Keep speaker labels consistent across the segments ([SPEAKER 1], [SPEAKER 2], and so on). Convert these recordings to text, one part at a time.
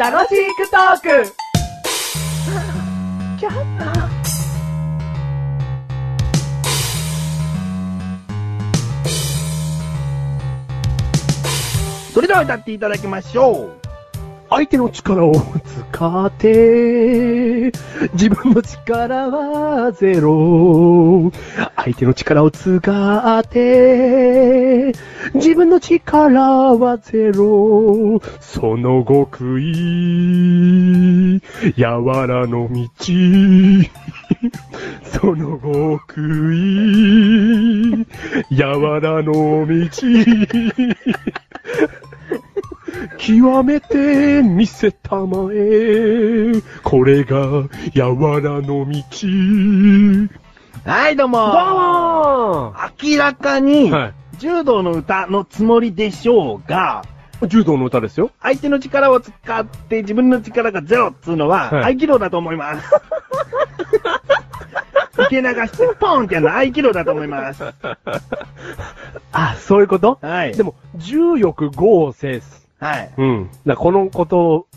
[SPEAKER 1] 楽しくトーク
[SPEAKER 2] それでは歌っていただきましょう。相手の力を使って、自分の力はゼロ。相手の力を使って、自分の力はゼロ。その極意、やわらの道。その極意、やわらの道。極めて見せたまえ。これが、やわらの道。
[SPEAKER 3] はい、どうも
[SPEAKER 2] どうも
[SPEAKER 3] 明らかに、
[SPEAKER 2] は
[SPEAKER 3] 柔道の歌のつもりでしょうが、
[SPEAKER 2] い。柔道の歌ですよ。
[SPEAKER 3] 相手の力を使って自分の力がゼロっつうのは、
[SPEAKER 2] はい
[SPEAKER 3] 合気道だと思 います。受け流して、ポンってやるのは合気道だと思います。
[SPEAKER 2] あ、そういうこと
[SPEAKER 3] はい。
[SPEAKER 2] でも、重欲合制す。
[SPEAKER 3] はい。
[SPEAKER 2] うん。だからこの言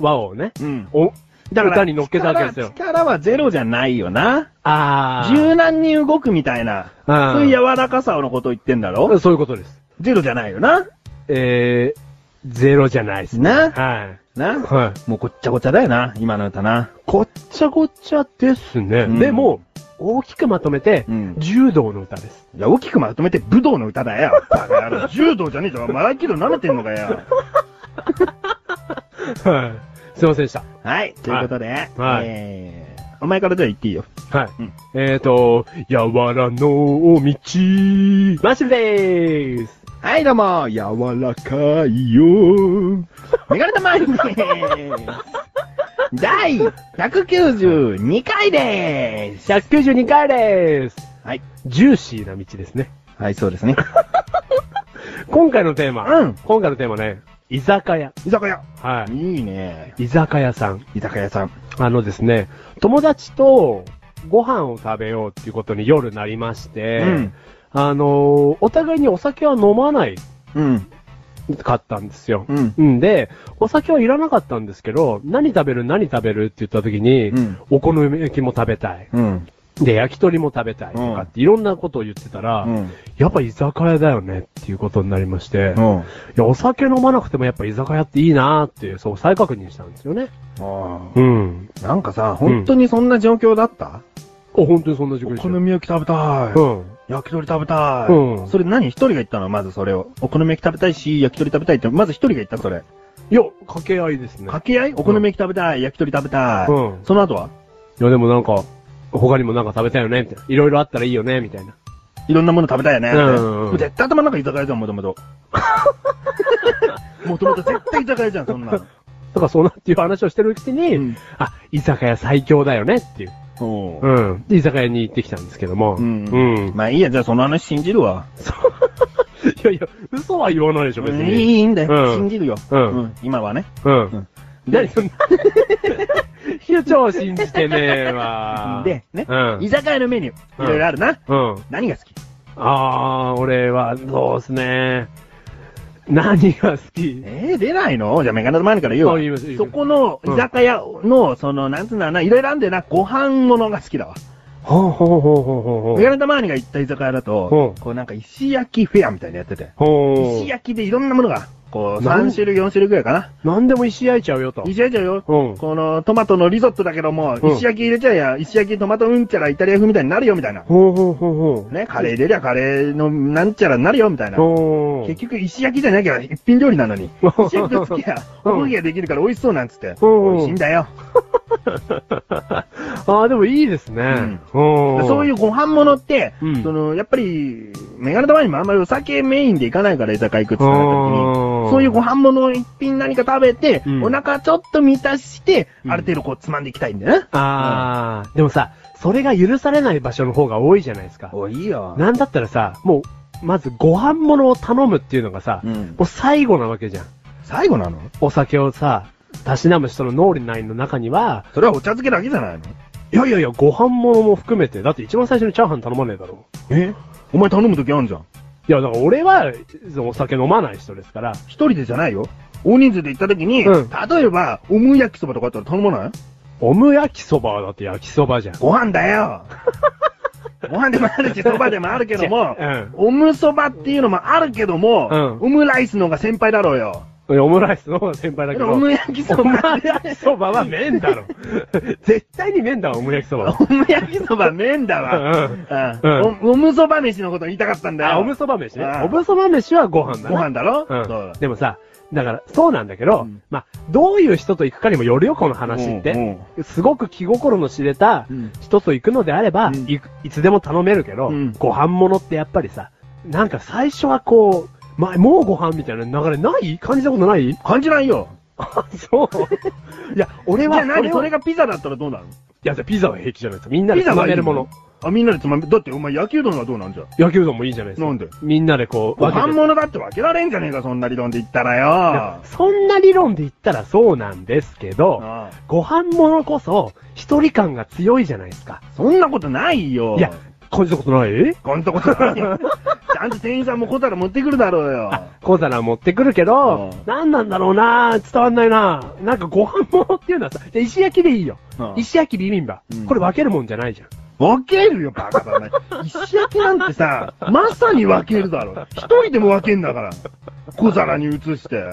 [SPEAKER 2] 葉をね、
[SPEAKER 3] うん。
[SPEAKER 2] お、
[SPEAKER 3] だから、
[SPEAKER 2] 歌に乗っけたわけですよ
[SPEAKER 3] 力力はゼロじゃないよな。
[SPEAKER 2] あー。
[SPEAKER 3] 柔軟に動くみたいな、
[SPEAKER 2] あー
[SPEAKER 3] そういう柔らかさのことを言ってんだろ、
[SPEAKER 2] そういうことです。
[SPEAKER 3] ゼロじゃないよな。
[SPEAKER 2] えー、ゼロじゃないですね。
[SPEAKER 3] な
[SPEAKER 2] はい。
[SPEAKER 3] な。
[SPEAKER 2] はい。
[SPEAKER 3] もうごっちゃごちゃだよな、今の歌な。
[SPEAKER 2] ごっちゃごっちゃですね。
[SPEAKER 3] うん
[SPEAKER 2] でも、大きくまとめて、
[SPEAKER 3] うん
[SPEAKER 2] 柔道の歌です。
[SPEAKER 3] いや、大きくまとめて武道の歌だよ。バカ野郎柔道じゃねえぞ。マラキド舐めてんのかよ。
[SPEAKER 2] はい。すいませんでした。
[SPEAKER 3] はい、ということで、
[SPEAKER 2] はい
[SPEAKER 3] えー、お前からじゃあ言っていいよ。
[SPEAKER 2] はい。
[SPEAKER 3] うん
[SPEAKER 2] えーと、やわらの道、マッシュルでーす。
[SPEAKER 3] はい、どうも、柔らかいよ。メガネたまに第192回でーす。
[SPEAKER 2] 192回でーす。
[SPEAKER 3] はい。
[SPEAKER 2] ジューシーな道ですね。
[SPEAKER 3] はい、そうですね。
[SPEAKER 2] 今回のテーマ、
[SPEAKER 3] うん
[SPEAKER 2] 今回のテーマね、居酒屋。
[SPEAKER 3] 居酒屋。
[SPEAKER 2] はい
[SPEAKER 3] いね。
[SPEAKER 2] い。居酒屋さん。
[SPEAKER 3] 居酒屋さん。
[SPEAKER 2] あのですね、友達とご飯を食べようっていうことに夜なりまして、
[SPEAKER 3] うん
[SPEAKER 2] あのーお互いにお酒は飲まない
[SPEAKER 3] うん。
[SPEAKER 2] かったんですよ。
[SPEAKER 3] うん
[SPEAKER 2] んで、お酒はいらなかったんですけど、何食べる何食べるって言った時に、
[SPEAKER 3] うん
[SPEAKER 2] お好み焼きも食べたい。
[SPEAKER 3] うん。
[SPEAKER 2] で、焼き鳥も食べたいとかっていろんなことを言ってたら、
[SPEAKER 3] うん
[SPEAKER 2] やっぱ居酒屋だよねっていうことになりまして、
[SPEAKER 3] う
[SPEAKER 2] い
[SPEAKER 3] ん。
[SPEAKER 2] や、お酒飲まなくてもやっぱ居酒屋っていいなーっていう、そう再確認したんですよね。
[SPEAKER 3] あ
[SPEAKER 2] うん。
[SPEAKER 3] ーなんかさ、本当にそんな状況だった、
[SPEAKER 2] お、本当にそんな時間
[SPEAKER 3] お
[SPEAKER 2] でし
[SPEAKER 3] 好
[SPEAKER 2] た。
[SPEAKER 3] み焼き食べたい。
[SPEAKER 2] うん。
[SPEAKER 3] 焼き鳥食べたい。
[SPEAKER 2] うん
[SPEAKER 3] それ何一人が言ったのまずそれを。お好み焼き食べたいし、焼き鳥食べたいって、まず一人が言ったそれ。
[SPEAKER 2] いや、掛け合いですね。
[SPEAKER 3] 掛け合いお好み焼き食べたい、焼き鳥食べたい。
[SPEAKER 2] うん
[SPEAKER 3] その後はい
[SPEAKER 2] や、でもなんか、他にもなんか食べたいよね、みたいな。いろいろあったらいいよね、みたいな。
[SPEAKER 3] いろんなもの食べたいよね。
[SPEAKER 2] うん
[SPEAKER 3] 絶対頭の中居酒屋じゃん、も ともと。もともと絶対居酒屋じゃん、そんなの。
[SPEAKER 2] とか、そうなっていう話をしてるうちに、
[SPEAKER 3] うん
[SPEAKER 2] あ、居酒屋最強だよね、っていう。
[SPEAKER 3] おう
[SPEAKER 2] うん。で、居酒屋に行ってきたんですけども。
[SPEAKER 3] うん
[SPEAKER 2] うん。
[SPEAKER 3] まあいいや、じゃあその話信じるわ。
[SPEAKER 2] いやいや、嘘は言わないでしょ、別
[SPEAKER 3] うんい
[SPEAKER 2] に。
[SPEAKER 3] いいいんだよ、
[SPEAKER 2] うん
[SPEAKER 3] 信じるよ、
[SPEAKER 2] うん
[SPEAKER 3] 今はね。
[SPEAKER 2] うん。何そんな。 ひよちょを信じてねえわ。
[SPEAKER 3] で、ね、
[SPEAKER 2] うん
[SPEAKER 3] 居。酒屋のメニュ
[SPEAKER 2] う
[SPEAKER 3] ー、
[SPEAKER 2] ん
[SPEAKER 3] いろいろあるな。
[SPEAKER 2] うん。
[SPEAKER 3] 何が好き
[SPEAKER 2] あー、俺は、そうっすね。何が好き
[SPEAKER 3] えー、出ないのじゃあメガネの前から言うわ
[SPEAKER 2] あ言います言いま
[SPEAKER 3] そ
[SPEAKER 2] す
[SPEAKER 3] この居酒屋の、その、なんつうのかな、いろいろあるんだよな、ご飯物が好きだわ。
[SPEAKER 2] ほうほうほうほうほうほう
[SPEAKER 3] メガネ玉マーニが行った居酒屋だと
[SPEAKER 2] う、ん
[SPEAKER 3] こうなんか石焼きフェアみたいなのやってて、
[SPEAKER 2] ほ
[SPEAKER 3] 石焼きでいろんなものが、こう
[SPEAKER 2] なん
[SPEAKER 3] 3種類4種類ぐらいかな。
[SPEAKER 2] う。なんでも石焼いちゃうよと。
[SPEAKER 3] 石焼きだよ。
[SPEAKER 2] うん。
[SPEAKER 3] このトマトのリゾットだけども、
[SPEAKER 2] うん
[SPEAKER 3] 石焼き入れちゃえや、石焼きトマトうんちゃらイタリア風みたいになるよみたいな。
[SPEAKER 2] ほうほうほうほう。
[SPEAKER 3] ね、カレー入れりゃカレーのなんちゃらになるよみたいな。
[SPEAKER 2] ほう。
[SPEAKER 3] 結局石焼きじゃなきゃ一品料理なのに、
[SPEAKER 2] うん
[SPEAKER 3] 石焼きとつけや、
[SPEAKER 2] うん
[SPEAKER 3] おこげができるから美味しそうなんつって、
[SPEAKER 2] うん
[SPEAKER 3] 美味しいんだよ。
[SPEAKER 2] ああ、でもいいですね。うん。
[SPEAKER 3] そういううご飯物って、
[SPEAKER 2] うん
[SPEAKER 3] その、やっぱり、メガネ玉にもあんまりお酒メインで行かないから居酒屋行くってなった時
[SPEAKER 2] うん
[SPEAKER 3] に、そういうご飯物を一品何か食べて、
[SPEAKER 2] うん
[SPEAKER 3] お腹ちょっと満たして、
[SPEAKER 2] うん
[SPEAKER 3] ある程度こうつまんでいきたいんだよね。
[SPEAKER 2] ああ、でもさ、それが許されない場所の方が多いじゃないですか。
[SPEAKER 3] お、いいよ。
[SPEAKER 2] なんだったらさ、もう、まずご飯物を頼むっていうのがさ、
[SPEAKER 3] うん
[SPEAKER 2] もう最後なわけじゃん。
[SPEAKER 3] 最後なの
[SPEAKER 2] お酒をさ、たしなむ人の脳内の中には、
[SPEAKER 3] それはお茶漬けだけじゃないの
[SPEAKER 2] いやいやいや、ご飯物も含めて、だって一番最初にチャーハン頼まねえだろ。
[SPEAKER 3] えお前頼む時あんじゃん。
[SPEAKER 2] いや、だから俺は、そのお酒飲まない人ですから、
[SPEAKER 3] 一人でじゃないよ。大人数で行った時に、
[SPEAKER 2] うん
[SPEAKER 3] 例えば、オム焼きそばとかあったら頼まない
[SPEAKER 2] オム焼きそばはだって焼きそばじゃん。
[SPEAKER 3] ご飯だ よご飯でもあるし、そばでもあるけど も、
[SPEAKER 2] うん
[SPEAKER 3] オムそばっていうのもあるけども、
[SPEAKER 2] うん
[SPEAKER 3] オムライスの方が先輩だろうよ。
[SPEAKER 2] オムライスの方が先輩だけど。
[SPEAKER 3] オム焼きそば
[SPEAKER 2] オム焼きそばは麺だろ。絶対に麺だわ、オム焼きそばは。
[SPEAKER 3] オム焼きそば麺だわ。
[SPEAKER 2] う ん
[SPEAKER 3] うんおオムそば飯のこと言いたかったんだよ。
[SPEAKER 2] あ、おむそば飯ね
[SPEAKER 3] う。ん
[SPEAKER 2] おむそば飯はご飯だ
[SPEAKER 3] ご
[SPEAKER 2] な。
[SPEAKER 3] 飯だろ、
[SPEAKER 2] うん。でもさ、だから、そうなんだけど、
[SPEAKER 3] うん
[SPEAKER 2] まあ、どういう人と行くかにもよるよ、この話って。
[SPEAKER 3] うん
[SPEAKER 2] すごく気心の知れた
[SPEAKER 3] うん
[SPEAKER 2] 人と行くのであれば、
[SPEAKER 3] うん
[SPEAKER 2] いくいつでも頼めるけど、
[SPEAKER 3] うん
[SPEAKER 2] ご飯物ってやっぱりさ、なんか最初はこう、ま、もうご飯みたいな流れない感じたこと ない
[SPEAKER 3] 感じないよ。
[SPEAKER 2] あ、そう。 いや、俺
[SPEAKER 3] じ
[SPEAKER 2] は
[SPEAKER 3] ゃあ何
[SPEAKER 2] を
[SPEAKER 3] それがピザだったらどうなる
[SPEAKER 2] いや、じゃあピザは平気じゃないですか。みんな
[SPEAKER 3] の
[SPEAKER 2] で
[SPEAKER 3] ピザ
[SPEAKER 2] つま
[SPEAKER 3] は
[SPEAKER 2] めるもの。
[SPEAKER 3] あ、みんなでつまめ、だってお前焼きうどんはどうなんじゃん。
[SPEAKER 2] 焼きうどんもいいじゃないですか。
[SPEAKER 3] なんで
[SPEAKER 2] みんなでこう、
[SPEAKER 3] ご飯
[SPEAKER 2] て
[SPEAKER 3] 物だって分けられんじゃねえか、そんな理論で言ったら
[SPEAKER 2] いや
[SPEAKER 3] よ。
[SPEAKER 2] そんな理論で言ったらそうなんですけど、
[SPEAKER 3] ああ
[SPEAKER 2] ご飯物こそ、一人感が強いじゃないですか。
[SPEAKER 3] そんなことないよ。
[SPEAKER 2] いや、感じたことない
[SPEAKER 3] こんなことないよ。ちゃんと店員さんも小皿持ってくるだろ うよ。
[SPEAKER 2] 小皿持ってくるけど
[SPEAKER 3] うん、
[SPEAKER 2] 何なんだろうな伝わんないななんかご飯物っていうのはさ、で石焼きでいいよ。
[SPEAKER 3] うん
[SPEAKER 2] 石焼きビビンバ
[SPEAKER 3] うん。
[SPEAKER 2] これ分けるもんじゃないじゃん。
[SPEAKER 3] 分けるよ、バカだね。 石焼きなんてさ、まさに分けるだろ。一人でも分けんだから。小皿に移して。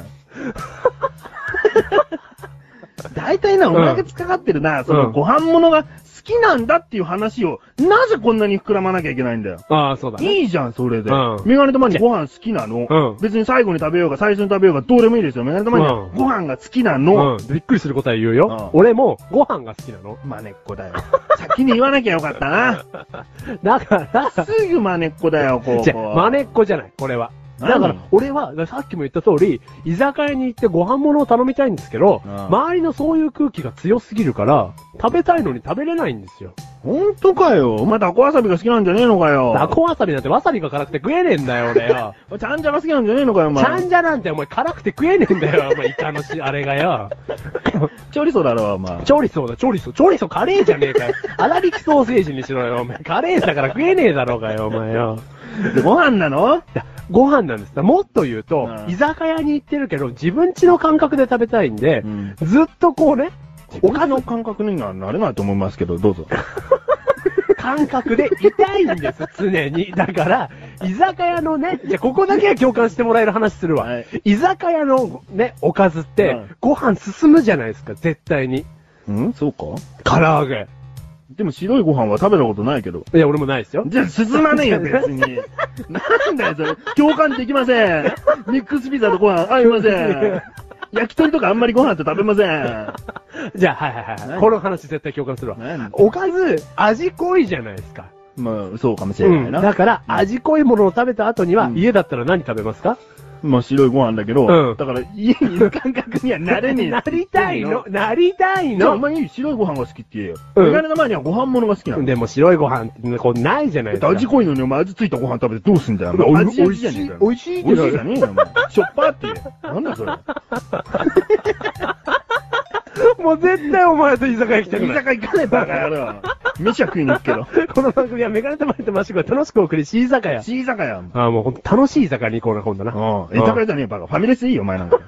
[SPEAKER 3] 大体な、お前がつかかってるな、そのご飯物が好きなんだっていう話を、なぜこんなに膨らまなきゃいけないんだよ。
[SPEAKER 2] ああ、そうだね。
[SPEAKER 3] いいじゃん、それで。
[SPEAKER 2] うん
[SPEAKER 3] メガネ玉にご飯好きなの、
[SPEAKER 2] うん
[SPEAKER 3] 別に最後に食べようが最初に食べようがどうでもいいですよ。メガネ玉には
[SPEAKER 2] うん
[SPEAKER 3] ご飯が好きなの、
[SPEAKER 2] うん。びっくりする答え言うよ。
[SPEAKER 3] うん
[SPEAKER 2] 俺も、ご飯が好きなの。
[SPEAKER 3] まねっこだよ。先に言わなきゃよかったな。
[SPEAKER 2] だから、
[SPEAKER 3] すぐまねっこだ よ、こう。
[SPEAKER 2] じゃあ、まねっこじゃない、これは。だから
[SPEAKER 3] 何、
[SPEAKER 2] 俺は、さっきも言った通り、居酒屋に行ってご飯物を頼みたいんですけど、
[SPEAKER 3] うん
[SPEAKER 2] 周りのそういう空気が強すぎるから、食べたいのに食べれないんですよ。
[SPEAKER 3] ほんとかよ。お前ダコわさびが好きなんじゃねえのかよ。
[SPEAKER 2] ダコわさびなんてわさびが辛くて食えねえんだよ、俺 よ。
[SPEAKER 3] ちゃんじゃが好きなんじゃねえのかよ、お
[SPEAKER 2] ち
[SPEAKER 3] 前。
[SPEAKER 2] ゃんじゃなんてお前辛くて食えねえんだよ、お前イカのし、あれがよ。
[SPEAKER 3] ちょりそだろ、お前。
[SPEAKER 2] 調理そうだ、調理そう。調理そうカレーじゃねえかよ。粗挽きソーセージにしろよ、お前。カレーだから食えねえだろうがよ、お前よ。
[SPEAKER 3] でご飯なの
[SPEAKER 2] いやご飯なんです。もっと言うと、
[SPEAKER 3] うん
[SPEAKER 2] 居酒屋に行ってるけど、自分家の感覚で食べたいんで、
[SPEAKER 3] うん
[SPEAKER 2] ずっとこうね、お
[SPEAKER 3] お
[SPEAKER 2] か
[SPEAKER 3] 金
[SPEAKER 2] の
[SPEAKER 3] の感覚にはなれないと思いますけど、どう ぞ。
[SPEAKER 2] 感覚でいたいんです、常に。だから、居酒屋のね、じゃあここだけは共感してもらえる話するわ。
[SPEAKER 3] はい
[SPEAKER 2] 居酒屋のね、おかずって、
[SPEAKER 3] うん
[SPEAKER 2] ご飯進むじゃないですか、絶対に。
[SPEAKER 3] うんそうか
[SPEAKER 2] 唐揚げ。
[SPEAKER 3] でも白いご飯は食べたことないけど。
[SPEAKER 2] いや、俺もないですよ。
[SPEAKER 3] じゃあ、進まね えよ、別に。なんだよ、それ。共感できません。ミックスピザとご飯合いませ ん。焼き鳥とかあんまりご飯と食べません。
[SPEAKER 2] じゃあ、はいはいはい。
[SPEAKER 3] 何
[SPEAKER 2] この話絶対共感するわ。
[SPEAKER 3] 何
[SPEAKER 2] おかず、味濃いじゃないですか。
[SPEAKER 3] まあ、そうかもしれ
[SPEAKER 2] う
[SPEAKER 3] ない
[SPEAKER 2] ん。
[SPEAKER 3] な。
[SPEAKER 2] だから、味濃いものを食べた後には、
[SPEAKER 3] うん
[SPEAKER 2] 家だったら何食べますか
[SPEAKER 3] まあ、白いご飯だけど、
[SPEAKER 2] うん
[SPEAKER 3] だから、家にいる感覚にはなれね え。
[SPEAKER 2] なりたいのなりたい
[SPEAKER 3] じゃあ、お
[SPEAKER 2] の
[SPEAKER 3] 前に白いご飯が好きって言えよ。
[SPEAKER 2] うん
[SPEAKER 3] メガネの前にはご飯物が好きなの。
[SPEAKER 2] でも白いご飯ってこうないじゃないですか。
[SPEAKER 3] 味濃いのにお前味ついたご飯食べてどうすんだよ。お
[SPEAKER 2] お
[SPEAKER 3] 前
[SPEAKER 2] い
[SPEAKER 3] 味味じゃねえかよ。
[SPEAKER 2] おいしい
[SPEAKER 3] 美味しいじゃねえよ、お前。しょっぱって言え。なんだよそれ。
[SPEAKER 2] もう絶対お前と居酒屋来たく
[SPEAKER 3] 居
[SPEAKER 2] ない。
[SPEAKER 3] 酒屋行かねえバカ野郎。飯は食いに行く けど。
[SPEAKER 2] この番組はメガネたまりとマシュが楽しくお送りし居酒屋。
[SPEAKER 3] C 酒屋。
[SPEAKER 2] ああ、もうほんと楽しい居酒屋に行こうな、今度な。
[SPEAKER 3] うん。居酒屋じゃねえよバカ。ファミレスいいよ、お前なんか。